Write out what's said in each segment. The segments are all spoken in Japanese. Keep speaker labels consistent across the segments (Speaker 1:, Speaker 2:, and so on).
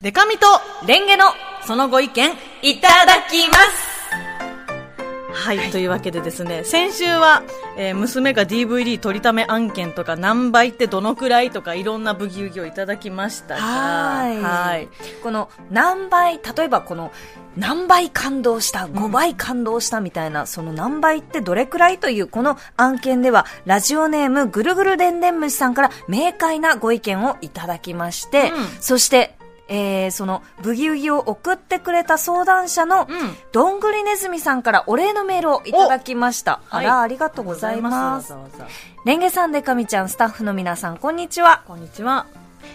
Speaker 1: デカミとレンゲのそのご意見いただきますはい、というわけでですね先週は、えー娘が DVD 取りため案件とか何倍ってどのくらいとかいろんなブギウギをいただきましたが
Speaker 2: はい
Speaker 1: はい
Speaker 2: この何倍例えばこの何倍感動した5倍感動したみたいな、その何倍ってどれくらいというこの案件ではラジオネームぐるぐるでんでん虫さんから明快なご意見をいただきまして、
Speaker 1: うん
Speaker 2: そしてえー、そのブギウギを送ってくれた相談者の、
Speaker 1: ん
Speaker 2: どんぐりねずみさんからお礼のメールをいただきましたあら、
Speaker 1: はい
Speaker 2: ありがとうございます
Speaker 1: ありがとうございます
Speaker 2: レンゲさんでかみちゃんスタッフの皆さんこんにちは
Speaker 1: こんにちは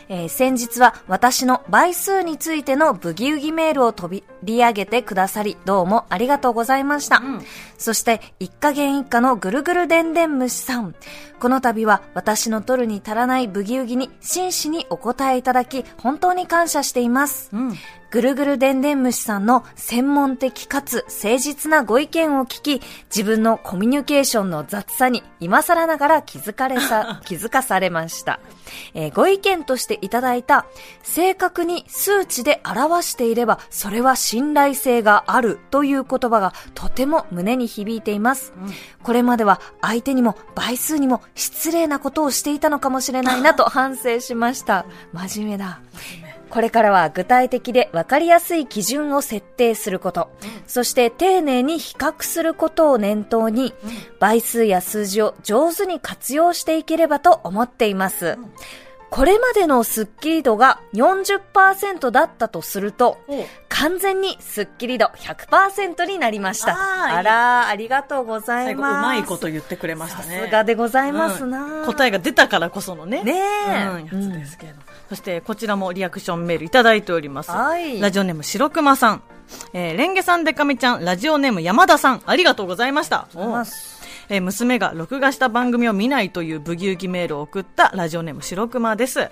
Speaker 2: えー先日は私の倍数についてのブギウギメールを取り上げてくださり、どうもありがとうございました。
Speaker 1: ん
Speaker 2: そして、一家元一家のぐるぐるでんでん虫さん。この度は私の取るに足らないブギウギに真摯にお答えいただき、本当に感謝しています。
Speaker 1: うん
Speaker 2: ぐるぐるでんでん虫さんの専門的かつ誠実なご意見を聞き、自分のコミュニケーションの雑さに今更ながら気づかれ さ、気づかされました、えーご意見としていただいた、正確に数値で表していれば、それは信頼性があるという言葉がとても胸に響いています。これまでは相手にも倍数にも失礼なことをしていたのかもしれないな と反省しました。真面目だ。これからは具体的で分かりやすい基準を設定すること、そして丁寧に比較することを念頭に、倍数や数字を上手に活用していければと思っています。これまでのスッキリ度が40%だったとすると、
Speaker 1: お
Speaker 2: 完全にスッキリ度100%になりました。
Speaker 1: あーいい
Speaker 2: あらー、ありがとうござい
Speaker 1: 最後う
Speaker 2: ます。
Speaker 1: まいこと言ってくれましたね
Speaker 2: さすがでございます
Speaker 1: う。
Speaker 2: なん
Speaker 1: 答えが出たからこそのね
Speaker 2: ねえ、
Speaker 1: うん、やつですけれど、そしてこちらもリアクションメールいただいております、
Speaker 2: はい
Speaker 1: ラジオネーム白熊さん、えー、レンゲさんデカミちゃんラジオネーム山田さんありがとうございました
Speaker 2: うんありがとうございます
Speaker 1: えー娘が録画した番組を見ないというブギウギメールを送ったラジオネーム白熊です、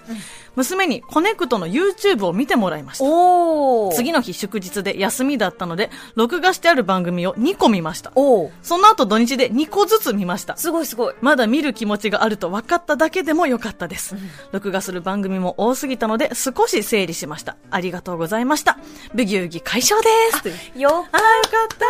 Speaker 1: 娘にコネクトの YouTube を見てもらいました
Speaker 2: おー。
Speaker 1: 次の日祝日で休みだったので録画してある番組を2個見ました
Speaker 2: おー。
Speaker 1: その後土日で2個ずつ見ました
Speaker 2: すごいすごい。
Speaker 1: まだ見る気持ちがあると分かっただけでも良かったです。録画する番組も多すぎたので少し整理しました。ありがとうございました。ブギウギ解消です。
Speaker 2: よっ
Speaker 1: ああー、よかった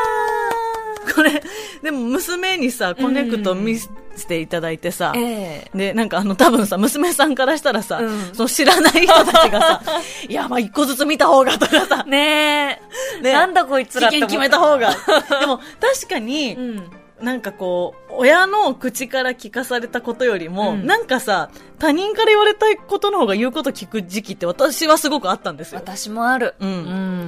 Speaker 1: ーこれ、でも娘にさ、コネクト見せていただいてさ、
Speaker 2: ええ
Speaker 1: で、なんかあの、多分さ、娘さんからしたらさ、
Speaker 2: うん
Speaker 1: その知らない人たちがさ、いや、まあ一個ずつ見た方がとかさ、
Speaker 2: ねえ。
Speaker 1: ね
Speaker 2: なんだこいつら
Speaker 1: 期
Speaker 2: って
Speaker 1: 限
Speaker 2: 思
Speaker 1: 決めた方が。 でも、確かに、
Speaker 2: うん。
Speaker 1: なんかこう、親の口から聞かされたことよりも、
Speaker 2: うん
Speaker 1: なんかさ、他人から言われたいことの方が言うこと聞く時期って私はすごくあったんですよ。
Speaker 2: 私もある。
Speaker 1: うん
Speaker 2: う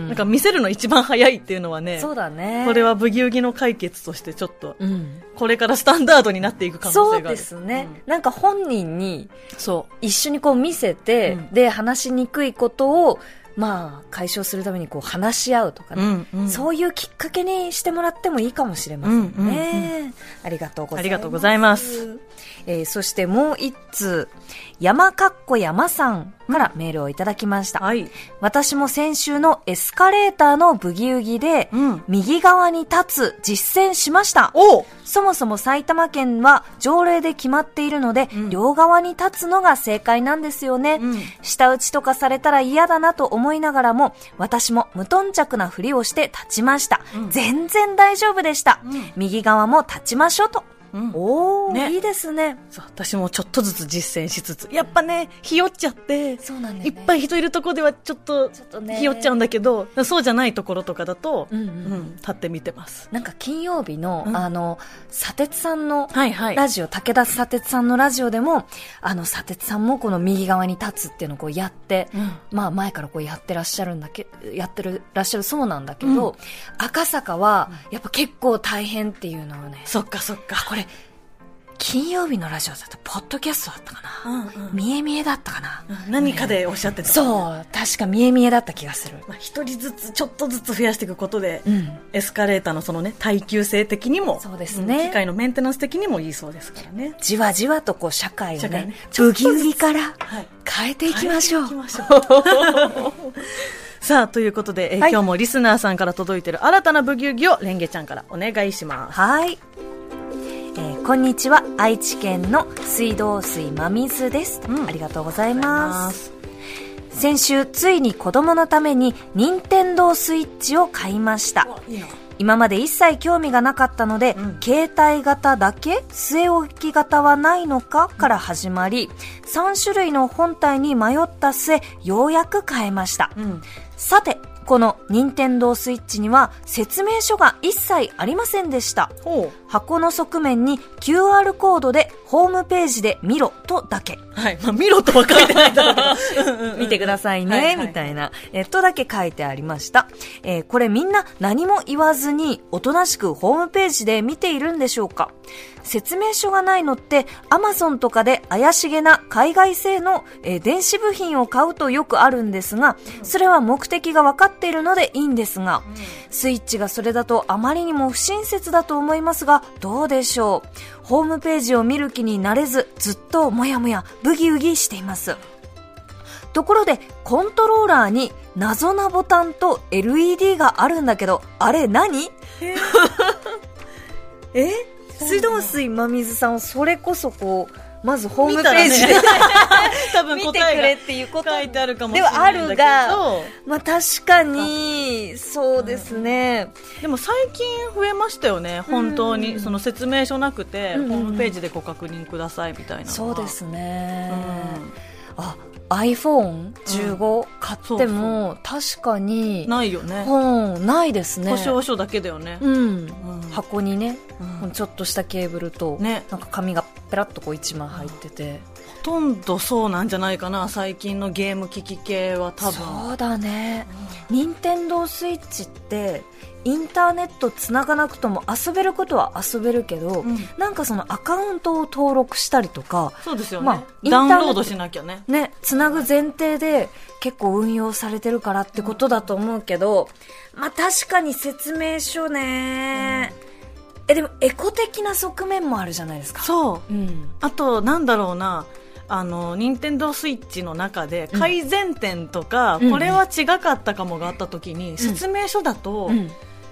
Speaker 2: ん。
Speaker 1: なんか見せるの一番早いっていうのはね、
Speaker 2: そうだね。
Speaker 1: これはブギウギの解決としてちょっと、
Speaker 2: うん。
Speaker 1: これからスタンダードになっていく可能
Speaker 2: そ
Speaker 1: 性
Speaker 2: う
Speaker 1: があ
Speaker 2: で
Speaker 1: る。
Speaker 2: すね。なんか本人に
Speaker 1: そう。
Speaker 2: 一緒にこう見せて、
Speaker 1: うん
Speaker 2: で、話しにくいことを、まあ、解消するためにこう話し合うとかね。
Speaker 1: ん、うん。
Speaker 2: そういうきっかけにしてもらってもいいかもしれませんね。
Speaker 1: うんうん
Speaker 2: ありがとうございます。
Speaker 1: ありがとうございます。
Speaker 2: えーそしてもう一通、山かっこ山さんからメールをいただきました。
Speaker 1: はい。
Speaker 2: 私も先週のエスカレーターのブギウギで、
Speaker 1: うん
Speaker 2: 右側に立つ実践しました。
Speaker 1: お
Speaker 2: そもそも埼玉県は条例で決まっているので、
Speaker 1: うん
Speaker 2: 両側に立つのが正解なんですよね。
Speaker 1: うん
Speaker 2: 下打ちとかされたら嫌だなと思いながらも、私も無頓着なふりをして立ちました。
Speaker 1: うん
Speaker 2: 全然大丈夫でした。
Speaker 1: うん
Speaker 2: 右側も立ちましょうと。
Speaker 1: うん
Speaker 2: おー、
Speaker 1: ね
Speaker 2: いいですね。
Speaker 1: そう私もちょっとずつ実践しつつ、やっぱね、ひよっちゃって、
Speaker 2: そうなんだ
Speaker 1: いっぱい人いるとこではちょっと
Speaker 2: ちょっとね
Speaker 1: ひよっちゃうんだけど、そうじゃないところとかだと、
Speaker 2: うんうん
Speaker 1: うん立って見てます。
Speaker 2: なんか金曜日の、
Speaker 1: うん
Speaker 2: あの、砂鉄さんの、
Speaker 1: はいはい。
Speaker 2: ラジオ、武田砂鉄さんのラジオでも、あの、砂鉄さんもこの右側に立つっていうのをこうやって、
Speaker 1: うん
Speaker 2: まあ前からこうやってらっしゃるんだけ、やってるらっしゃるそうなんだけど、赤坂は、やっぱ結構大変っていうのをね、
Speaker 1: そっかそっか。これ、
Speaker 2: 金曜日のラジオだと、ポッドキャストだったかな、
Speaker 1: うんうん
Speaker 2: 見え見えだったかな、
Speaker 1: 何かでおっしゃってた。う。
Speaker 2: そう、確か見え見えだった気がする。
Speaker 1: まあ、一人ずつ、ちょっとずつ増やしていくことで、
Speaker 2: うん。
Speaker 1: エスカレーターのそのね、耐久性的にも、
Speaker 2: そうですね
Speaker 1: ん機械のメンテナンス的にもいいそうですからね。
Speaker 2: じわじわとこう社会を
Speaker 1: 社会
Speaker 2: ね
Speaker 1: ね、
Speaker 2: ブギウギから
Speaker 1: はい
Speaker 2: 変えていきましょう。
Speaker 1: 行きましょう。 さあ、ということで、えー
Speaker 2: はい
Speaker 1: 今日もリスナーさんから届いている新たなブギウギをレンゲちゃんからお願いします。
Speaker 2: はい、えーこんにちは愛知県の水道水真水です、
Speaker 1: うん
Speaker 2: ありがとうございます先週ついに子供のために任天堂スイッチを買いました
Speaker 1: いいな
Speaker 2: 今まで一切興味がなかったので、
Speaker 1: うん
Speaker 2: 携帯型だけ据え置き型はないのかから始まり3種類の本体に迷った末ようやく買えました、
Speaker 1: うん
Speaker 2: さてこの任天堂スイッチには説明書が一切ありませんでした
Speaker 1: ほ
Speaker 2: 箱の側面に QR コードでホームページで見ろとだけ
Speaker 1: うはいまあ見ろとは書いてないだろうけど
Speaker 2: 見てくださいね、
Speaker 1: はいはい
Speaker 2: みたいな、えっとだけ書いてありました、えーこれみんな何も言わずにおとなしくホームページで見ているんでしょうか説明書がないのってアマゾンとかで怪しげな海外製の、えー電子部品を買うとよくあるんですがそれは目的が分かっているのでいいんですが、スイッチがそれだとあまりにも不親切だと思いますがどうでしょうホームページを見る気になれずずっともやもやブギウギしていますところでコントローラーに謎なボタンと LED があるんだけどあれ何え水道水真水さんはそれこそこうまずホームページ で
Speaker 1: 見た 多分
Speaker 2: 見てく
Speaker 1: 答
Speaker 2: れ
Speaker 1: え
Speaker 2: っていうこ
Speaker 1: が
Speaker 2: と
Speaker 1: 書いてあるかもし
Speaker 2: で
Speaker 1: れ
Speaker 2: は
Speaker 1: な
Speaker 2: あ
Speaker 1: いんだ
Speaker 2: る
Speaker 1: けど
Speaker 2: が、まあ、確かにそうですね、
Speaker 1: でも最近増えましたよね本当
Speaker 2: う
Speaker 1: に
Speaker 2: ん
Speaker 1: その説明書なくて
Speaker 2: う
Speaker 1: ホ
Speaker 2: ん
Speaker 1: ームページでご確認くださいみたいなのは
Speaker 2: そうです
Speaker 1: う
Speaker 2: ね、
Speaker 1: ん
Speaker 2: あ iPhone15 買っても、確かに
Speaker 1: ないよね
Speaker 2: 本ないですね
Speaker 1: 保証書だけだよね
Speaker 2: うん、
Speaker 1: ん
Speaker 2: 箱にね、
Speaker 1: うん
Speaker 2: このちょっとしたケーブルと、
Speaker 1: ね
Speaker 2: なんか紙がペラッとこう一枚入ってて、
Speaker 1: ほとんどそうなんじゃないかな最近のゲーム機器系は多分
Speaker 2: そうだね任天堂スイッチってインターネットつながなくとも遊べることは遊べるけど、
Speaker 1: うん
Speaker 2: なんかそのアカウントを登録したりとか
Speaker 1: そうですよ
Speaker 2: ま
Speaker 1: ね
Speaker 2: あインタ
Speaker 1: ダウ
Speaker 2: ー
Speaker 1: ン
Speaker 2: ネット
Speaker 1: ロードしなきゃね
Speaker 2: ね、つなぐ前提で結構運用されてるからってことだと思うけど、まあ確かに説明書ね、え、でもエコ的な側面もあるじゃないですか。
Speaker 1: そう
Speaker 2: うん。
Speaker 1: あと、なんだろうな、あの、任天堂スイッチの中で、
Speaker 2: うん
Speaker 1: 改善点とか、
Speaker 2: うん
Speaker 1: これは違かったかもがあった時に、説明書だと、
Speaker 2: うん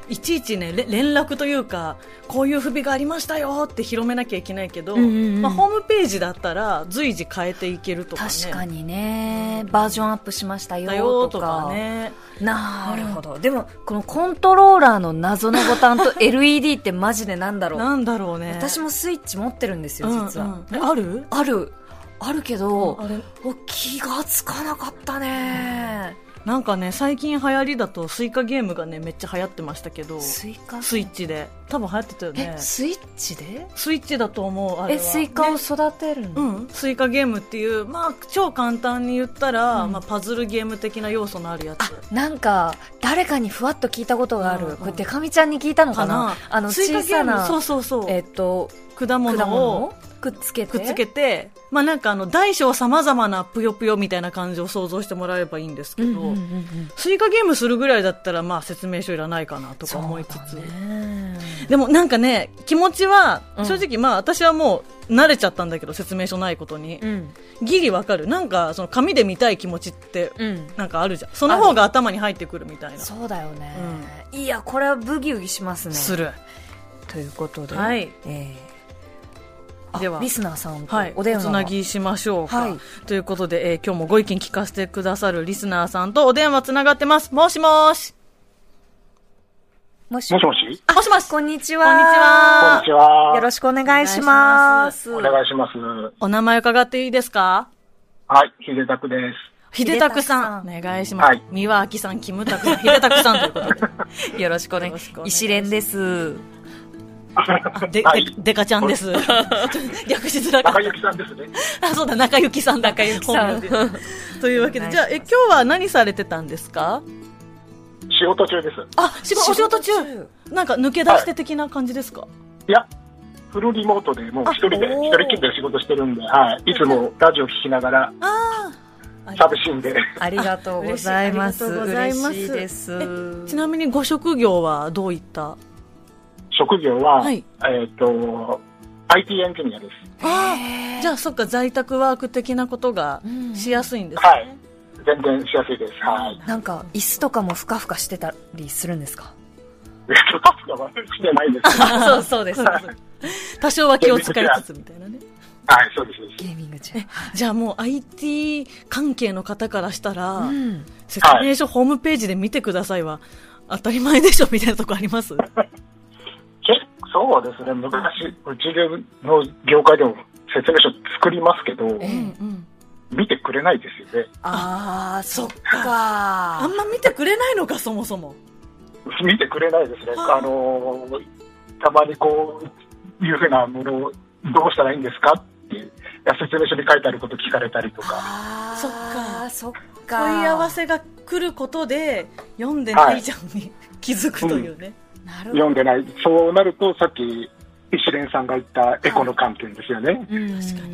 Speaker 1: いちいちね、れ連絡というか、こういう不備がありましたよって広めなきゃいけないけど、
Speaker 2: うんうんうん
Speaker 1: まあ、ホームページだったら、随時変えていけるとかね。
Speaker 2: 確かにね、バージョンアップしました
Speaker 1: だよ
Speaker 2: よ
Speaker 1: と
Speaker 2: と
Speaker 1: か
Speaker 2: か。
Speaker 1: ね。
Speaker 2: なるほど。でも、このコントローラーの謎のボタ ンと LED ってマジでなんだろう。
Speaker 1: なんだろうね。
Speaker 2: 私もスイッチ持ってるんですよ、
Speaker 1: うん
Speaker 2: 実は。
Speaker 1: うんえある
Speaker 2: ある。あるけど、
Speaker 1: あれ
Speaker 2: お気がつかなかったね。
Speaker 1: なんかね、最近流行りだと、スイカゲームがね、めっちゃ流行ってましたけど、ス
Speaker 2: スイカ
Speaker 1: イッチで。多分流行ってたよね
Speaker 2: え。スイッチで
Speaker 1: スイッチだと思うあれ
Speaker 2: え
Speaker 1: は
Speaker 2: スイカを
Speaker 1: で
Speaker 2: 育てるの、
Speaker 1: うん、スイカゲームっていう、まあ、超簡単に言ったら、
Speaker 2: うん
Speaker 1: まあ、パズルゲーム的な要素のあるやつ
Speaker 2: あなんか誰かにふわっと聞いたことがある、
Speaker 1: うんうん
Speaker 2: これデカミちゃんに聞いたのかなあの
Speaker 1: スイカ
Speaker 2: 小
Speaker 1: ゲー
Speaker 2: さ
Speaker 1: ム
Speaker 2: な
Speaker 1: そうそうそう、
Speaker 2: えっと
Speaker 1: 果
Speaker 2: 果
Speaker 1: 物
Speaker 2: 物
Speaker 1: を
Speaker 2: をくっつけて
Speaker 1: くっつけて、まあ、なんかあの大小さまざまなぷよぷよみたいな感じを想像してもらえればいいんですけ
Speaker 2: う
Speaker 1: ど、
Speaker 2: んうんうんうん
Speaker 1: スイカゲームするぐらいだったら、まあ、説明書いらないかなとか思いつつ、
Speaker 2: そうだね
Speaker 1: でもなんかね気持ちは
Speaker 2: うん
Speaker 1: 正直、まあ、私はもう慣れちゃったんだけど説明書ないことに、
Speaker 2: うん
Speaker 1: ギリわかるなんかその紙で見たい気持ちって
Speaker 2: うん
Speaker 1: なんかあるじゃんその方が頭に入ってくるみたいな
Speaker 2: そうだよね、いやこれはブギウギしますね
Speaker 1: する
Speaker 2: ということで、
Speaker 1: はい
Speaker 2: えーあ
Speaker 1: では
Speaker 2: リスナーさんと
Speaker 1: はい
Speaker 2: お電話
Speaker 1: つ
Speaker 2: が
Speaker 1: なぎしましょうか、
Speaker 2: はい
Speaker 1: ということで、えー今日もご意見聞かせてくださるリスナーさんとお電話つながってますもしもし
Speaker 2: もし
Speaker 3: もしもし
Speaker 1: あもしもし
Speaker 2: こんにち
Speaker 1: こんにち
Speaker 2: は
Speaker 3: こんにちは。
Speaker 2: よろ
Speaker 3: し
Speaker 2: しくお願いします。
Speaker 3: くお願いします。
Speaker 1: お名前伺っていいですか
Speaker 3: はい、秀拓です。
Speaker 1: 秀拓さん
Speaker 2: 秀
Speaker 1: お願いします、
Speaker 3: はい
Speaker 1: 三輪明さんキムタクさん秀拓さんということ で
Speaker 2: よろしくお願
Speaker 1: よろ
Speaker 2: い
Speaker 1: し
Speaker 2: し
Speaker 1: くお
Speaker 2: ま
Speaker 1: 願い
Speaker 2: す。
Speaker 1: します
Speaker 2: 石蓮です。
Speaker 1: あで
Speaker 3: はい
Speaker 1: ででかちゃんです略しづらかっ
Speaker 3: 中
Speaker 1: た
Speaker 3: ゆきさんですね。
Speaker 1: あそうだ中幸さんだ中幸
Speaker 2: さん
Speaker 1: というわけでじゃあえ今日は何されてたんですか
Speaker 3: 仕事中です。
Speaker 1: あ仕事お仕事中
Speaker 2: 仕事中
Speaker 1: なんか抜け出して的な感じですか、
Speaker 3: いや、フルリモートでもう一人で、
Speaker 1: あおー
Speaker 3: 一人きりで仕事してるんで、はい。いつもラジオ聞きながら
Speaker 1: ああ
Speaker 3: 寂しいんで、
Speaker 2: ありがとうございます。
Speaker 1: 嬉しいありがとうございます
Speaker 2: 嬉しいです。
Speaker 1: ちなみにご職業はどういった
Speaker 3: 職業は、
Speaker 1: はい
Speaker 3: えっ、と、IT エンジニアです。
Speaker 1: あ
Speaker 2: へ
Speaker 1: あ
Speaker 2: ー
Speaker 1: じゃあそっか在宅ワーク的なことが
Speaker 2: うん
Speaker 1: しやすいんですね、
Speaker 3: はい。全然しやすいです。はい。
Speaker 2: なんか椅子とかもふかふかしてたりするんですか。
Speaker 3: えっと、 タスクが悪くてないです。
Speaker 2: そうそうです。
Speaker 1: 多少は気を使いつつみたいなね
Speaker 3: はい、そうです。そうです
Speaker 2: ゲーミング中。
Speaker 1: じゃあもう IT 関係の方からしたら、
Speaker 2: うん。
Speaker 1: 説明書ホームページで見てくださいは、当たり前でしょみたいなとこあります
Speaker 3: 結構そうですね、昔、うちでの業界でも説明書作りますけど、
Speaker 2: え
Speaker 1: うん
Speaker 2: え
Speaker 1: うん。
Speaker 3: 見てくれないですよね。
Speaker 2: あー、そっ
Speaker 1: あ
Speaker 2: か
Speaker 1: ん。ま見てくれないのか、そもそも。
Speaker 3: 見てくれないですね。
Speaker 1: はあ
Speaker 3: あのーたまにこういうふうなものをどうしたらいいんですかっていういや説明書に書いてあること聞かれたりとか。
Speaker 2: あー、
Speaker 1: そっか
Speaker 2: そっか。
Speaker 1: 問い合わせが来ることで、読んでないじゃんに、 気づくというね。
Speaker 2: なるほど。
Speaker 3: 読んでない。そうなると、さっき、石蓮さんが言ったエコの観点ですよね。
Speaker 2: うん
Speaker 1: 確か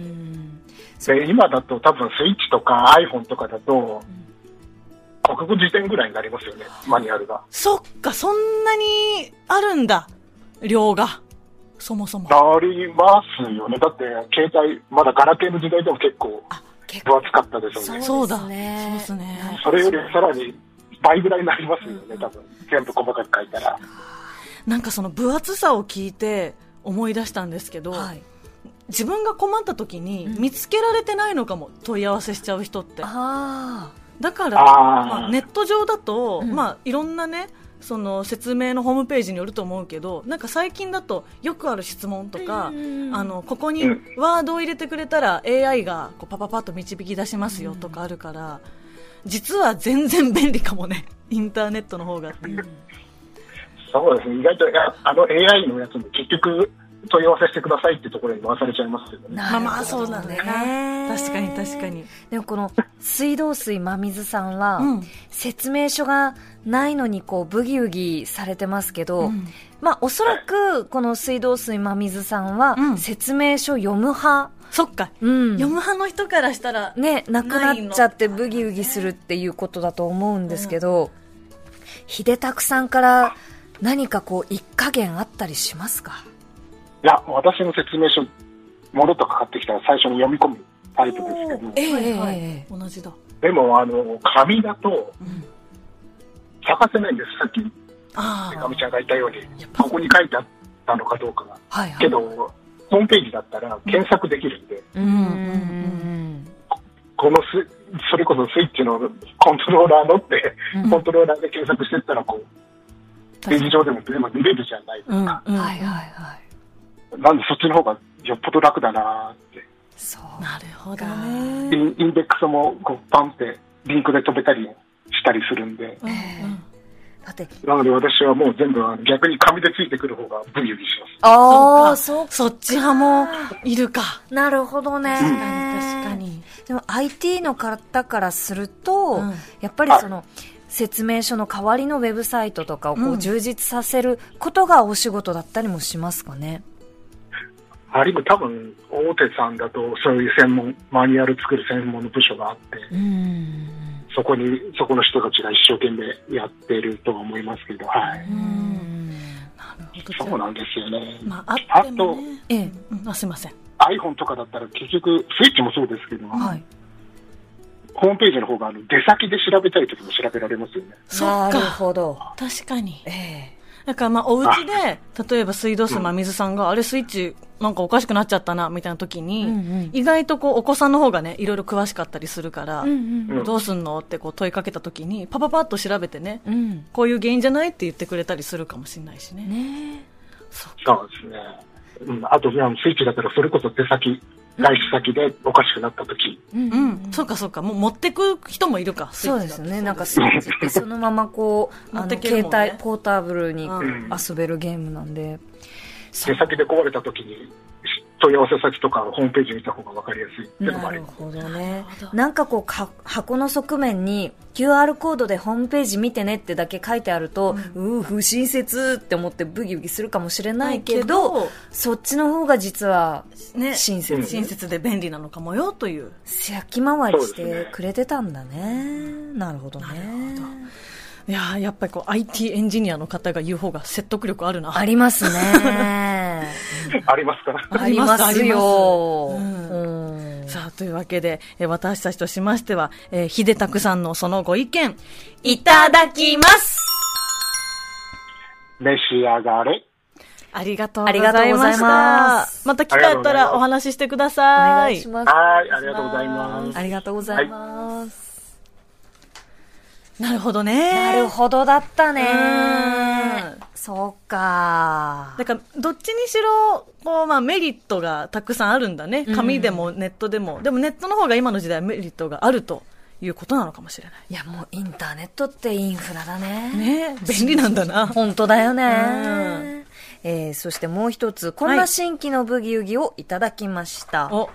Speaker 3: で、今だと多分スイッチとか iPhone とかだと、国語辞典ぐらいになりますよね、マニュアルが。
Speaker 1: そっか、そんなにあるんだ。量が。そもそも。
Speaker 3: なりますよね。だって、携帯、まだガラケーの時代でも結構
Speaker 2: あ、結
Speaker 3: 分
Speaker 2: 構。
Speaker 3: 厚かったですよね。
Speaker 1: そ
Speaker 2: そうう
Speaker 1: だ。
Speaker 2: だ
Speaker 1: そうですね。
Speaker 3: それよりさらに倍ぐらいになりますよね、多分。全部細かく書いたら。
Speaker 1: なんかその分厚さを聞いて思い出したんですけど、
Speaker 2: はい。
Speaker 1: 自分が困った時に
Speaker 2: うん
Speaker 1: 見つけられてないのかも、問い合わせしちゃう人って。
Speaker 2: あ
Speaker 1: だから、
Speaker 3: あー
Speaker 1: まあ、ネット上だと、
Speaker 2: うん
Speaker 1: まあ、いろんなねその説明のホームページによると思うけどなんか最近だとよくある質問とか、
Speaker 2: うん
Speaker 1: あのここに
Speaker 3: うん
Speaker 1: ワードを入れてくれたら AI がこうパパパッと導き出しますよとかあるから、実は全然便利かもね インターネットの方がっていう、
Speaker 3: そうですね、意外と、いやあの AI のやつも結局、問い合わせしてくださいってところに回されちゃいますけど
Speaker 2: ー。
Speaker 3: ね。
Speaker 1: まあまあそうだね
Speaker 2: なるほどね
Speaker 1: 確かに確かに、
Speaker 2: でもこの水道水真水さんは、
Speaker 1: うん
Speaker 2: 説明書がないのにこうブギウギされてますけど、
Speaker 1: うん
Speaker 2: まあおそらくこの水道水真水さんは、
Speaker 1: うん
Speaker 2: 説明書読む派、
Speaker 1: そっか、
Speaker 2: うん、
Speaker 1: 読む派の人からしたら、
Speaker 2: ね、なくなっちゃってブギウギするっていうことだと思うんですけど、秀拓さんから何かこう一加減あったりしますか
Speaker 3: いや、私の説明書、ものとか買ってきたら最初に読み込むタイプですけど、
Speaker 1: ええ
Speaker 2: はいはい
Speaker 1: ええ同じだ
Speaker 3: でも、あの、紙だと、探せないんです、さっき、
Speaker 1: あ
Speaker 3: かみ
Speaker 1: あ
Speaker 3: ちゃんが言ったように
Speaker 1: やっ、ぱ
Speaker 3: ここに書いてあったのかどうかが。
Speaker 2: はいは
Speaker 3: け
Speaker 2: い。
Speaker 3: ど、ホームページだったら検索できるんで、
Speaker 2: うんうんうん
Speaker 3: このス、それこそスイッチのコントローラーのって、
Speaker 2: うん
Speaker 3: コントローラーで検索してったら、こう、ページ上でも全部見れるじゃないです
Speaker 1: う
Speaker 3: か。
Speaker 1: んう
Speaker 2: うん
Speaker 1: ん
Speaker 2: はいはいはい。
Speaker 3: なんでそっちの方がよっぽど楽だなーっ
Speaker 2: そう。
Speaker 1: なるほどね
Speaker 3: て。インインデックスもこうパンってリンクで飛べたりしたりするんで。
Speaker 1: うんうん
Speaker 2: だって、
Speaker 3: なので私はもう全部あの逆に紙でついてくる方がブギウギしま
Speaker 2: ああ、
Speaker 1: そ
Speaker 2: そう
Speaker 1: かそっち派もいるか。
Speaker 2: なるほどね。確
Speaker 1: 確かに確か。に。
Speaker 2: でも IT の方からする
Speaker 1: う
Speaker 2: と、
Speaker 1: ん
Speaker 2: やっぱりその、説明書の代わりのウェブサイトとかをこ
Speaker 1: うん
Speaker 2: う充実させることがお仕事だったりもしますかね。
Speaker 3: す。あるいは多分大手さんだとそういう専門、マニュアル作る専門の部署があって、
Speaker 2: うん。
Speaker 3: そこに、そこの人たちが一生懸命やってるとは思いますけど、はい。
Speaker 1: なるほ
Speaker 3: そう
Speaker 1: ど。
Speaker 3: なんですよね。
Speaker 1: まあ、あってもね。
Speaker 2: ええ。
Speaker 1: うんあ、すいません。
Speaker 3: iPhone とかだったら結局、スイッチもそうですけど、
Speaker 2: はい。
Speaker 3: ホームページの方があの出先で調べたい時も調べられますよね。
Speaker 1: そ
Speaker 2: な
Speaker 1: っ
Speaker 2: る
Speaker 1: か。
Speaker 2: ほど。
Speaker 1: 確かに。
Speaker 2: ええ。
Speaker 1: だからまあ、お家で、例えば水道水真水さんが、あれスイッチなんかおかしくなっちゃったな、みたいな時に、
Speaker 2: うんうん
Speaker 1: 意外とこう、お子さんの方がね、いろいろ詳しかったりするから、
Speaker 2: うん
Speaker 1: どうすんのってこう問いかけた時に、パパパッと調べてね、
Speaker 2: うん。
Speaker 1: こういう原因じゃないって言ってくれたりするかもしれないしね。
Speaker 2: ね
Speaker 1: そっか
Speaker 3: そうですね。うん、あと、いやスイッチだったら、それこそ出先、外出先でおかしくなった時、
Speaker 2: え。うん
Speaker 1: うん、そうかそうか、もう持ってく人もいるか、スイ
Speaker 2: そ
Speaker 1: ッチ
Speaker 2: うで
Speaker 1: だ
Speaker 2: す
Speaker 1: と
Speaker 2: ね。なんか
Speaker 1: そ
Speaker 2: スイッチってそのままこう、
Speaker 1: 持
Speaker 2: あ
Speaker 1: っ
Speaker 2: の、
Speaker 1: てける
Speaker 2: 携
Speaker 1: もんね
Speaker 2: 帯、ポータブルに
Speaker 1: うん
Speaker 2: 遊べるゲームなんで。そう
Speaker 3: 出先で壊れた時に、し問い合わせ先とかホームページ見た方が分かりやすいっていうのも
Speaker 2: な
Speaker 3: あり
Speaker 2: る
Speaker 3: ます。
Speaker 2: ほどね
Speaker 1: なるほ。ど
Speaker 2: なんかこうか、箱の側面に QR コードでホームページ見てねってだけ書いてあると、うー不親切って思ってブギブギするかもしれないけど、
Speaker 1: ないけど
Speaker 2: そっちの方が実は、
Speaker 1: うね、
Speaker 2: 親切
Speaker 3: うん
Speaker 1: 親切で便利なのかもよという。
Speaker 2: 先回りし
Speaker 3: そうです
Speaker 2: て
Speaker 3: ね
Speaker 2: くれてたんだね。なるほどね。
Speaker 1: いやーやっぱりこう IT エンジニアの方が言う方が説得力あるな。
Speaker 2: ありますね。
Speaker 3: あります から。
Speaker 2: ありますよ。
Speaker 1: あります
Speaker 2: うん
Speaker 1: さあ、というわけで、えー私たちとしましては、えー、ひでたくさんのそのご意見、いただきます
Speaker 3: 召し上がれ。
Speaker 1: ありがとう
Speaker 2: あ
Speaker 1: ご
Speaker 2: りがと
Speaker 1: ざ
Speaker 2: う
Speaker 1: い
Speaker 2: ござ
Speaker 1: ま
Speaker 2: い
Speaker 1: し
Speaker 2: ま
Speaker 1: た。
Speaker 2: す
Speaker 1: また機会あったらお話ししてくだ
Speaker 2: お
Speaker 1: さ
Speaker 2: 願い
Speaker 1: い
Speaker 2: し。ます。
Speaker 3: はい、ありがとうございます。
Speaker 2: ありがとうございます。
Speaker 1: なるほどね。
Speaker 2: なるほどだったね
Speaker 1: うん。
Speaker 2: そうか
Speaker 1: だ。から、どっちにしろ、こう、まあ、メリットがたくさんあるんだね。紙でもネットでも。でもネットの方が今の時代メリットがあるということなのかもしれない
Speaker 2: や、もうインターネットってインフラだね。
Speaker 1: い。ねえ便利なんだ な。
Speaker 2: 本当だよね。
Speaker 1: ん
Speaker 2: えーそしてもう一つ、こんな新規のブギウギをいただきました。
Speaker 1: お、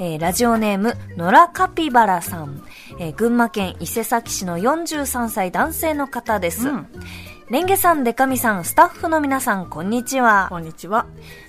Speaker 2: えーラジオネーム、野良カピバラさん。えー群馬県伊勢崎市の43歳男性の方です。
Speaker 1: うん
Speaker 2: レンゲさん、デカミさん、スタッフの皆さん、こんにちは。
Speaker 1: こんにちは。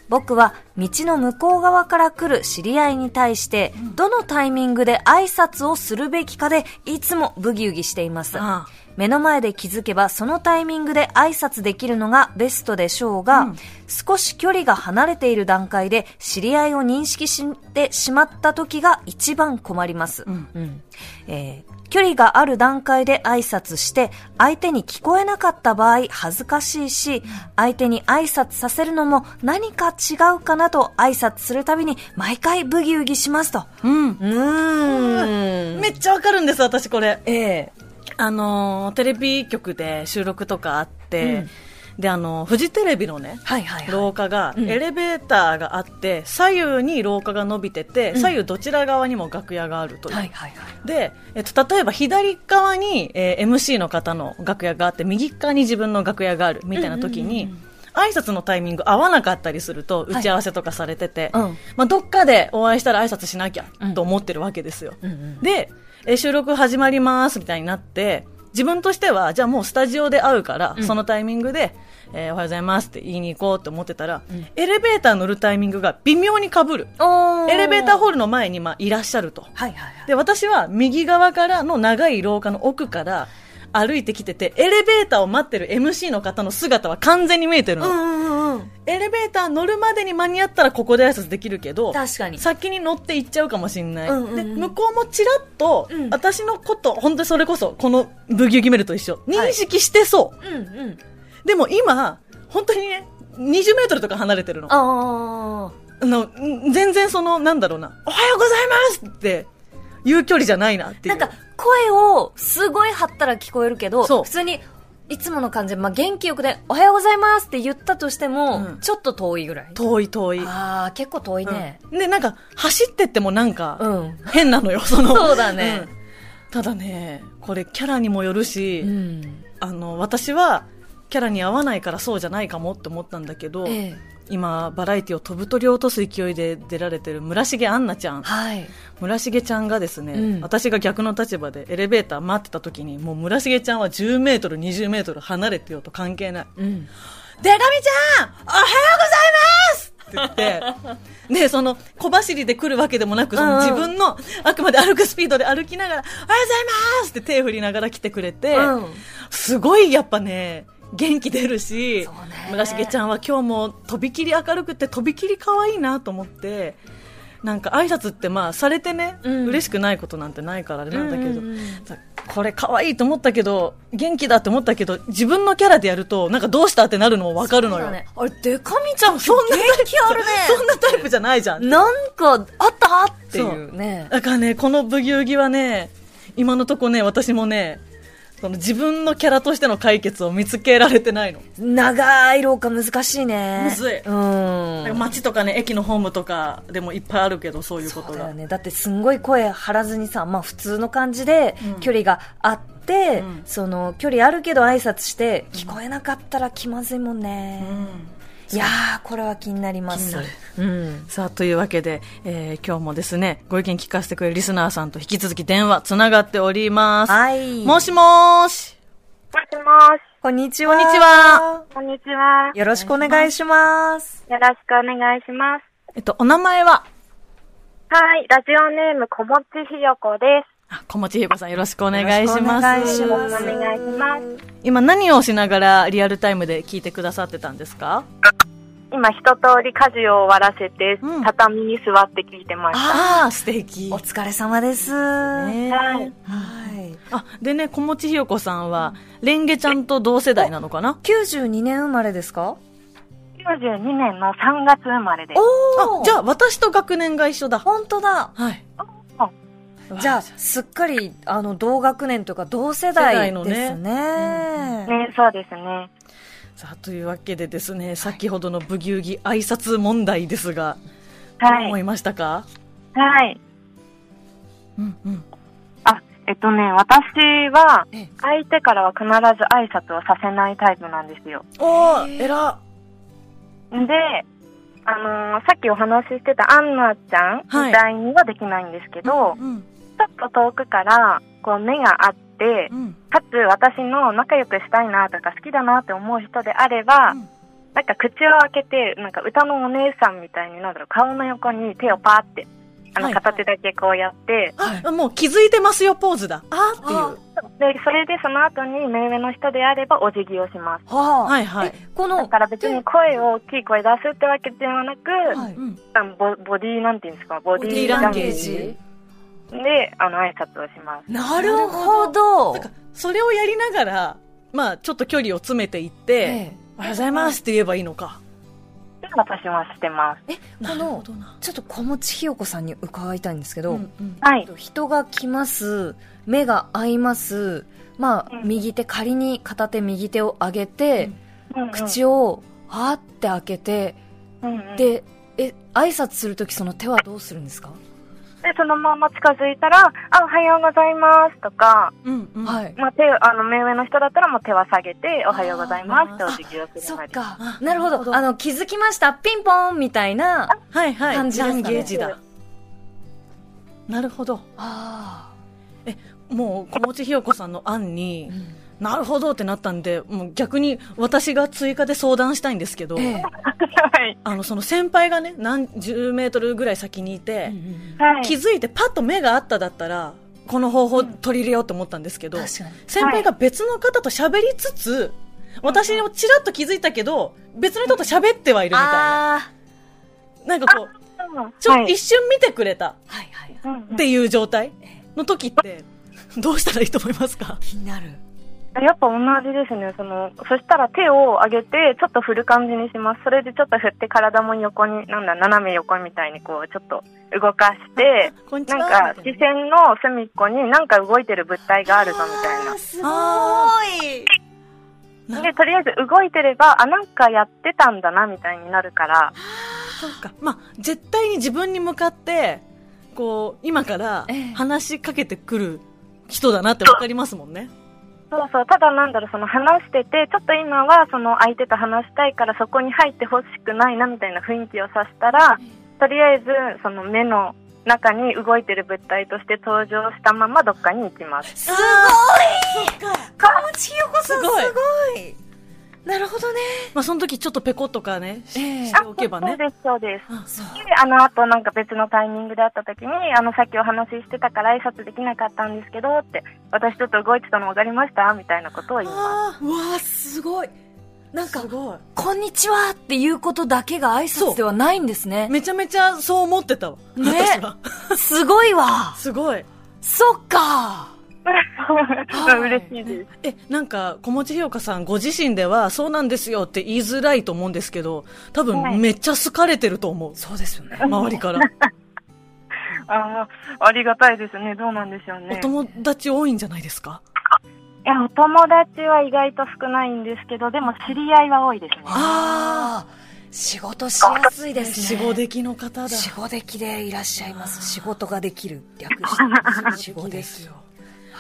Speaker 2: 僕は道の向こう側から来る知り合いに対して、どのタイミングで挨拶をするべきかで、いつもブギウギしています。
Speaker 1: ああ
Speaker 2: 目の前で気づけば、そのタイミングで挨拶できるのがベストでしょうが、少し距離が離れている段階で、知り合いを認識してしまった時が一番困ります。うんえー距離がある段階で挨拶して、相手に聞こえなかった場合恥ずかしいし、相手に挨拶させるのも何か違うかなと挨拶するたびに毎回ブギウギしますと。
Speaker 1: うん。
Speaker 2: うーん。
Speaker 1: めっちゃわかるんです、私これ。
Speaker 2: ええ
Speaker 1: あのーテレビ局で収録とかあって、で、あのーフジテレビのね、
Speaker 2: はいはいはい。
Speaker 1: 廊下が、
Speaker 2: うん
Speaker 1: エレベーターがあって左右に廊下が伸びてて、左右どちら側にも楽屋があるという、
Speaker 2: はいはいはい。
Speaker 1: で、えっと、例えば左側に、えー MC の方の楽屋があって右側に自分の楽屋があるみたいな時に、挨拶のタイミング合わなかったりすると
Speaker 2: い
Speaker 1: 打ち合わせとかされてて、
Speaker 2: うん
Speaker 1: まあ、どっかでお会いしたら挨拶しなきゃと思ってるわけですよ、
Speaker 2: うんうん
Speaker 1: で、えー収録始まりますみたいになって自分としてはじゃあもうスタジオで会うから、そのタイミングで、えーおはようございますって言いに行こうと思ってたら、エレベーター乗るタイミングが微妙にかぶる
Speaker 2: お
Speaker 1: エレベーター
Speaker 2: ー
Speaker 1: ホールの前に、まあ、いらっしゃると。
Speaker 2: はいはいはい。
Speaker 1: で、私は右側からの長い廊下の奥から歩いてきてて、エレベーターを待ってる MC の方の姿は完全に見えてるの。
Speaker 2: うんうん。
Speaker 1: エレベーター乗るまでに間に合ったらここで挨拶できるけど、
Speaker 2: 確かに。
Speaker 1: 先に乗って行っちゃうかもしれない、
Speaker 2: うんうんうん
Speaker 1: で向こうもちらっと、
Speaker 2: うん
Speaker 1: 私のこと本当にそれこそこのブギウギメルと一緒認識してそう、
Speaker 2: うんうん。
Speaker 1: でも今本当にね20メートルとか離れてるの
Speaker 2: あ
Speaker 1: あのん全然そのなんだろうなおはようございますっていう距離じゃないなって
Speaker 2: あ。
Speaker 1: い
Speaker 2: な
Speaker 1: うん
Speaker 2: か、声をすごい張ったら聞こえるけど、
Speaker 1: そう
Speaker 2: 普通に、いつもの感じで、まあ、元気よくで、おはようございますって言ったとしても、
Speaker 1: うん
Speaker 2: ちょっと遠いぐらい。
Speaker 1: 遠い遠い、
Speaker 2: ああ、結構遠いね。
Speaker 1: うんでなんか走ってってもなんか、
Speaker 2: うん。
Speaker 1: 変なのよその
Speaker 2: そうだね
Speaker 1: うんただねこれキャラにもよるし、
Speaker 2: うん。
Speaker 1: あの私はキャラに合わないからそうじゃないかもって思ったんだけど、
Speaker 2: ええ。
Speaker 1: 今バラエティを飛ぶ鳥を落とす勢いで出られてる村重杏奈ちゃん
Speaker 2: はい。
Speaker 1: 村重ちゃんがですね、
Speaker 2: うん
Speaker 1: 私が逆の立場でエレベーター待ってた時にもう村重ちゃんは1 0メートル2 0メートル離れてようと関係ない
Speaker 2: うん。
Speaker 1: 「でかみちゃんおはようございます!」って言って。でその小走りで来るわけでもなくそ
Speaker 2: うんう
Speaker 1: の
Speaker 2: ん
Speaker 1: 自分のあくまで歩くスピードで歩きながら「おはようございます!」って手振りながら来てくれて、
Speaker 2: うん
Speaker 1: すごいやっぱね元気出るし、
Speaker 2: そうね
Speaker 1: 村重ちゃんは今日もとびきり明るくてとびきり可愛いなと思ってなんか挨拶ってまあされてね、
Speaker 2: うん
Speaker 1: 嬉しくないことなんてないからあれなんだけど、
Speaker 2: うんうんうん
Speaker 1: これ可愛いと思ったけど元気だって思ったけど自分のキャラでやるとなんかどうしたってなるのもわかるの
Speaker 2: そ
Speaker 1: よ
Speaker 2: うだねあれ、デカミちゃん、
Speaker 1: そんな
Speaker 2: 元気あるね。
Speaker 1: そんなタイプじゃないじゃん
Speaker 2: なんか、あったっていうね。
Speaker 1: だからねこのブギウギはね今のとこね私もねその自分のキャラとしての解決を見つけられてないの
Speaker 2: 長い廊下難しいね。
Speaker 1: むずい
Speaker 2: うん。
Speaker 1: なんか街とかね駅のホームとかでもいっぱいあるけどそういうこ
Speaker 2: そ
Speaker 1: と
Speaker 2: うだ
Speaker 1: が
Speaker 2: よねだってすんごい声張らずにさ、まあ、普通の感じで
Speaker 1: うん
Speaker 2: 距離があって、
Speaker 1: うん
Speaker 2: その距離あるけど挨拶して聞こえなかったら気まずいもんね、
Speaker 1: うん
Speaker 2: いやーこれは気になります
Speaker 1: 気になる
Speaker 2: うん、
Speaker 1: さあというわけで、えー今日もですねご意見聞かせてくれるリスナーさんと引き続き電話つながっております、
Speaker 2: はい
Speaker 1: もしもーし
Speaker 4: もしもし、
Speaker 2: こんにちは
Speaker 1: こんにちは
Speaker 4: こんにちは。よ
Speaker 2: よろしくお願いします
Speaker 4: ろしくお願いします。
Speaker 1: えっとお名前は
Speaker 4: はい、ラジオネーム、こもちひよこで
Speaker 1: あ小持ひこさんよろしくお願いし
Speaker 2: よろしくお願い
Speaker 1: ます
Speaker 2: し
Speaker 4: す。よ
Speaker 2: ま
Speaker 4: ろしくお願いします。
Speaker 1: 今何をしながらリアルタイムで聞いてくださってたんですか
Speaker 4: 今、一通り家事を終わらせて、
Speaker 1: うん
Speaker 4: 畳に座って聞いてました。
Speaker 1: ああ素敵
Speaker 2: お疲れ様です、
Speaker 1: ね
Speaker 4: はい
Speaker 2: はい
Speaker 1: あでね小持ひよこさんはレンゲちゃんと同世代なのかな
Speaker 2: 92年生まれですか
Speaker 4: 92年の3月生まれです。
Speaker 2: お
Speaker 1: あ、
Speaker 2: お
Speaker 1: じゃあ私と学年が一緒だ。
Speaker 2: 本当だ
Speaker 1: はい。
Speaker 2: じゃあすっかりあの同学年というか同世
Speaker 1: 世代
Speaker 2: 代
Speaker 1: の
Speaker 2: で
Speaker 1: ね
Speaker 2: すね
Speaker 4: ね、そうですね。
Speaker 1: さあ、というわけでですね、先ほどのブギウギ挨拶問題ですが、
Speaker 4: は
Speaker 1: 思
Speaker 4: い。
Speaker 1: いましたか
Speaker 4: はい。
Speaker 1: うんうん。
Speaker 4: あ、えっとね、私は
Speaker 1: ええ、
Speaker 4: 相手からは必ず挨拶をさせないタイプなんですよ。
Speaker 1: おー、えら。
Speaker 4: で、あのーさっきお話ししてたアンナちゃん
Speaker 1: はい
Speaker 4: みたいにはできないんですけど、
Speaker 1: うん。
Speaker 4: ちょっと遠くから、こう目があって、
Speaker 1: うん。
Speaker 4: かつ私の仲良くしたいなとか好きだなって思う人であれば、
Speaker 1: うん
Speaker 4: なんか口を開けて、なんか歌のお姉さんみたいになんだろう、顔の横に手をパーって、あ
Speaker 1: は
Speaker 4: の
Speaker 1: い
Speaker 4: 片手だけこうやって、
Speaker 1: あ、もう気づいてますよ、ポーズだ。あーっていう。
Speaker 4: で、それでその後に目上の人であればお辞儀をします。
Speaker 2: はあ、
Speaker 1: はいはい
Speaker 2: えこ
Speaker 4: だ
Speaker 2: の
Speaker 4: から別に声を大きい声出すってわけではなく、
Speaker 2: はい
Speaker 1: うん。
Speaker 4: あのボボディーなんていうんですか、ボデ
Speaker 1: ボディ
Speaker 4: ィ
Speaker 1: ー
Speaker 4: ー
Speaker 1: ラ
Speaker 4: ラ
Speaker 1: ン
Speaker 4: ン
Speaker 1: ゲ
Speaker 4: ゲ
Speaker 1: ー
Speaker 4: ー
Speaker 1: ジ
Speaker 4: ジで、あの、挨拶をします。
Speaker 2: なるほど
Speaker 1: なんか、それをやりながら、まあ、ちょっと距離を詰めていって、
Speaker 2: え
Speaker 1: おはようございますって言えばいいのか。
Speaker 4: で私はしてます。
Speaker 2: えこ
Speaker 1: なるほ
Speaker 2: の
Speaker 1: どな。
Speaker 2: ちょっと小持ひよこさんに伺いたいんですけど、
Speaker 1: うんうん
Speaker 4: はい。
Speaker 2: 人が来ます目が合いますまあ、
Speaker 4: うん
Speaker 2: 右手仮に片手右手を上げて、
Speaker 4: うんうん
Speaker 2: 口をあーって開けて、
Speaker 4: うんうんで
Speaker 2: でえ挨拶するときその手はどうするんですか、
Speaker 4: そのまま近づいたら「あおはようございます」とか、
Speaker 1: うんうん。い。
Speaker 2: はい
Speaker 4: まあ、手あの目上の人だったらもう手は下げて「おはようございます」ってお辞儀をす
Speaker 2: そ
Speaker 4: るな
Speaker 2: っ
Speaker 4: り
Speaker 2: か
Speaker 1: あ
Speaker 2: なるほ
Speaker 1: な
Speaker 2: ど
Speaker 1: るほど
Speaker 2: あの気づきましたピンポンみたいな
Speaker 1: はいはい。
Speaker 2: 感じで
Speaker 1: ラ
Speaker 2: すか
Speaker 1: ン
Speaker 2: ね
Speaker 1: ゲージだ。なるほど。
Speaker 2: あ
Speaker 1: もう、小持ひよこさんの案に、
Speaker 2: ー、
Speaker 1: なるほどってなったんで、もう逆に私が追加で相談したいんですけど、
Speaker 2: ええ
Speaker 4: はい、
Speaker 1: あの、その先輩がね、何十メートルぐらい先にいて、
Speaker 4: はい、
Speaker 1: 気づいてパッと目があっただったら、この方法取り入れようと思ったんですけど、
Speaker 2: 確かに
Speaker 1: 先輩が別の方と喋りつつ、私にもちらっと気づいたけど、別の人と喋ってはいるみたいな。
Speaker 2: あ
Speaker 1: なんかこう、ちょ、
Speaker 4: はい
Speaker 1: 一瞬見てくれた
Speaker 2: あはいはい
Speaker 4: うんうん
Speaker 1: っていう状態の時って、どうしたらいいと思いますか
Speaker 2: 気になる
Speaker 4: やっぱ同じですねそのそしたら手を上げてちょっと振る感じにしますそれでちょっと振って体も横になんだ斜め横みたいにこうちょっと動かして
Speaker 1: こんにち
Speaker 4: な
Speaker 1: は。
Speaker 4: んか
Speaker 1: みたい
Speaker 4: 視線の隅っこになんか動いてる物体があるぞみたいな
Speaker 2: あーす
Speaker 1: あ
Speaker 2: ごい
Speaker 1: な
Speaker 4: で、とりあえず動いてれば、あ、なんかやってたんだな、みたいになるから。
Speaker 1: そうか。まあ、絶対に自分に向かって、こう、今から
Speaker 2: ええ
Speaker 1: 話しかけてくる人だなってわかりますもんね。
Speaker 4: そうそう、ただなんだろう、その話してて、ちょっと今はその相手と話したいからそこに入ってほしくないな、みたいな雰囲気をさしたら、とりあえず、その目の中に動いてる物体として登場したままどっかに行きます。
Speaker 2: すごい
Speaker 1: そうか。
Speaker 2: 川内ひよこさん
Speaker 1: す
Speaker 2: す
Speaker 1: ご
Speaker 2: ご
Speaker 1: い
Speaker 2: いなるほどね、
Speaker 1: まあ、その時ちょっとペコとかね、し
Speaker 2: ええ
Speaker 1: しておけば
Speaker 4: あ
Speaker 1: ね
Speaker 4: そう。です、そうです。
Speaker 2: そう
Speaker 4: であの、あとなんか別のタイミングで会った時に、あの、さっきお話ししてたから挨拶できなかったんですけど、って、私ちょっと動いてたの分かりましたみたいなことを言います。
Speaker 1: あ
Speaker 2: うわあすごいなん
Speaker 1: ー
Speaker 2: か
Speaker 1: すごい。
Speaker 2: 「こんにちは」っていうことだけが挨拶ではないんですね
Speaker 1: めちゃめちゃそう思ってたわ。
Speaker 2: ね
Speaker 1: 私は。
Speaker 2: すごいわ
Speaker 1: すごい。
Speaker 2: そっか
Speaker 4: うん 嬉しいです。
Speaker 1: え、なんか、小持ひよかさんご自身では、そうなんですよって言いづらいと思うんですけど、多
Speaker 4: は
Speaker 1: 分
Speaker 4: い
Speaker 1: めっちゃ好かれてると思う。
Speaker 2: そうです よね
Speaker 1: 周りから。
Speaker 4: ああ、ありがたいですね。どうなんでしょう
Speaker 1: お
Speaker 4: ね。
Speaker 1: 友達多いんじゃないですか
Speaker 4: いや、お友達は意外と少ないんですけど、でも知り合いは多いですね。
Speaker 2: ああ仕事しやすいですね
Speaker 1: 死後出来の方だ。
Speaker 2: 仕事できでいらっしゃいます仕事ができる略して 仕事で
Speaker 1: ですよ。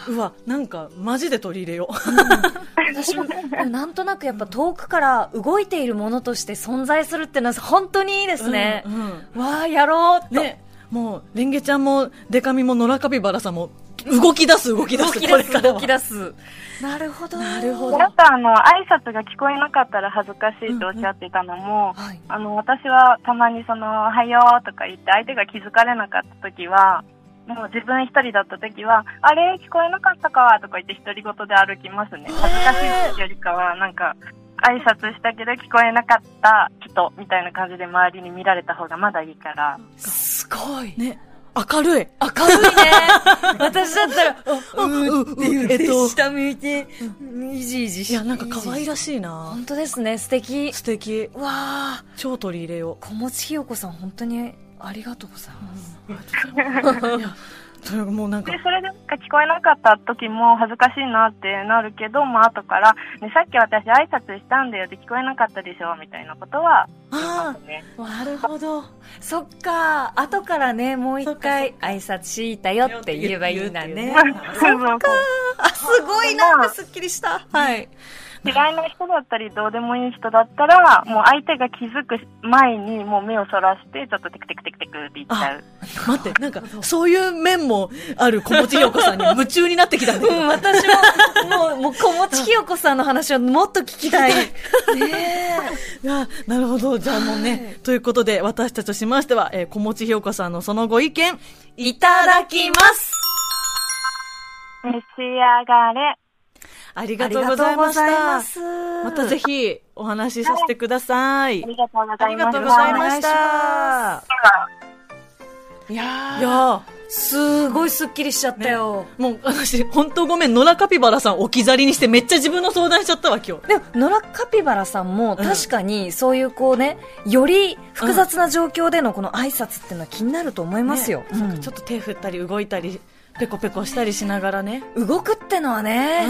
Speaker 1: うわ、なんか、マジで取り入れよう。
Speaker 2: 私もでもなんとなくやっぱ遠くから動いているものとして存在するってのは本当にいいですね、
Speaker 1: うんうん
Speaker 2: わあやろう
Speaker 1: ね、もう、レンゲちゃんも、デカミも、野良カピバラさんも、動き出す、動き出
Speaker 2: 動
Speaker 1: す、
Speaker 2: き
Speaker 1: これ
Speaker 2: 出
Speaker 1: か
Speaker 2: す
Speaker 1: ら
Speaker 2: 動
Speaker 1: は
Speaker 2: き出すなるほど
Speaker 1: なるほど
Speaker 4: あとあの、挨拶が聞こえなかったら恥ずかしいとおっしゃってたのも、
Speaker 2: はい
Speaker 4: あの、私はたまにその、おはようとか言って相手が気づかれなかった時は、もう自分一人だった時は、あれ聞こえなかったかとか言って独り言で歩きますね。恥ずかしい時よりかは、なんか、挨拶したけど聞こえなかった人みたいな感じで周りに見られた方がまだいいから。
Speaker 2: すごい
Speaker 1: ね、明るい。
Speaker 2: 明るいね。私だったら、あうーって言って、
Speaker 1: えっと
Speaker 2: 下向いて、いじいじし
Speaker 1: いや、なんか可愛
Speaker 2: い。
Speaker 1: らしいな
Speaker 2: 本当ですね、素敵。
Speaker 1: 素敵。
Speaker 2: わあ、
Speaker 1: 超取り入れよ
Speaker 2: 小持ひよこさん、本当にありがとうございます。
Speaker 1: う。いや、とにかくもうなんか
Speaker 4: で、それでなんか聞こえなかった時も恥ずかしいなってなるけど、まあ後から、ね、さっき私挨拶したんだよって聞こえなかったでしょみたいなことは、
Speaker 1: あ
Speaker 4: ね、
Speaker 1: あ、なるほど。
Speaker 2: そっか、後からね、もう一回挨拶したよって言えばいいんだね。
Speaker 4: そうそう
Speaker 2: あ、すごいなんかすっきりした。はい。
Speaker 4: 嫌いな人だったり、どうでもいい人だったら、もう相手が気づく前に、もう目をそらして、ちょっとテクテクテクテクって言っちゃう。
Speaker 1: 待って、なんか、そういう面もある小持陽子さんに夢中になってきたんだけ
Speaker 2: うん、私も、もう、もう、小持ひよこさんの話をもっと聞きたい。ね
Speaker 1: ど。あなるほど。じゃあもうね。ということで、私たちとしましては、えー、小持陽子さんのそのご意見、いただきます。
Speaker 4: 召し上がれ。
Speaker 1: あり
Speaker 2: あ
Speaker 1: が
Speaker 2: り
Speaker 1: とう
Speaker 2: が
Speaker 1: ご
Speaker 2: と
Speaker 1: ざ
Speaker 2: う
Speaker 1: い
Speaker 2: ご
Speaker 1: まし
Speaker 2: ざい
Speaker 1: た。
Speaker 2: ます。ま
Speaker 1: またぜ
Speaker 2: ひ、
Speaker 1: ひお話しさせてください。
Speaker 4: ありがとうございま
Speaker 1: ありが
Speaker 4: す。
Speaker 1: とうござい
Speaker 2: お
Speaker 1: ま
Speaker 2: 願いします。いや
Speaker 1: いやー
Speaker 2: すごいすっきりしちゃったよ。
Speaker 1: もう私、本当ごめん、野良カピバラさん置き去りにしてめっちゃ自分の相談しちゃったわ、今日。
Speaker 2: でも、野良カピバラさんも確かにそういうこうね、より複雑な状況でのこの挨拶っていうのは気になると思いますよ。
Speaker 1: ねそうか
Speaker 2: うん
Speaker 1: ちょっと手振ったり動いたり、ペコペコしたりしながらね。
Speaker 2: 動くってのはね、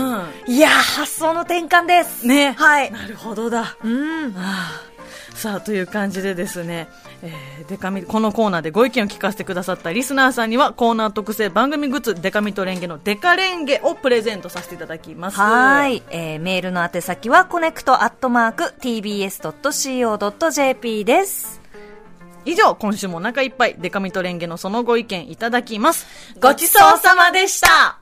Speaker 1: う
Speaker 2: いやー、発想の転換です。
Speaker 1: ね
Speaker 2: はい。
Speaker 1: なるほどだ。
Speaker 2: うん。
Speaker 1: ああさあという感じでですね、えーデカミこのコーナーでご意見を聞かせてくださったリスナーさんにはコーナー特製番組グッズデカミとレンゲのデカレンゲをプレゼントさせていただきます
Speaker 2: はーい、えーメールの宛先はコネクトアットマーク tbs.co.jp です。
Speaker 1: 以上今週もお腹いっぱいデカミとレンゲのそのご意見いただきます
Speaker 2: ごちそうさまでした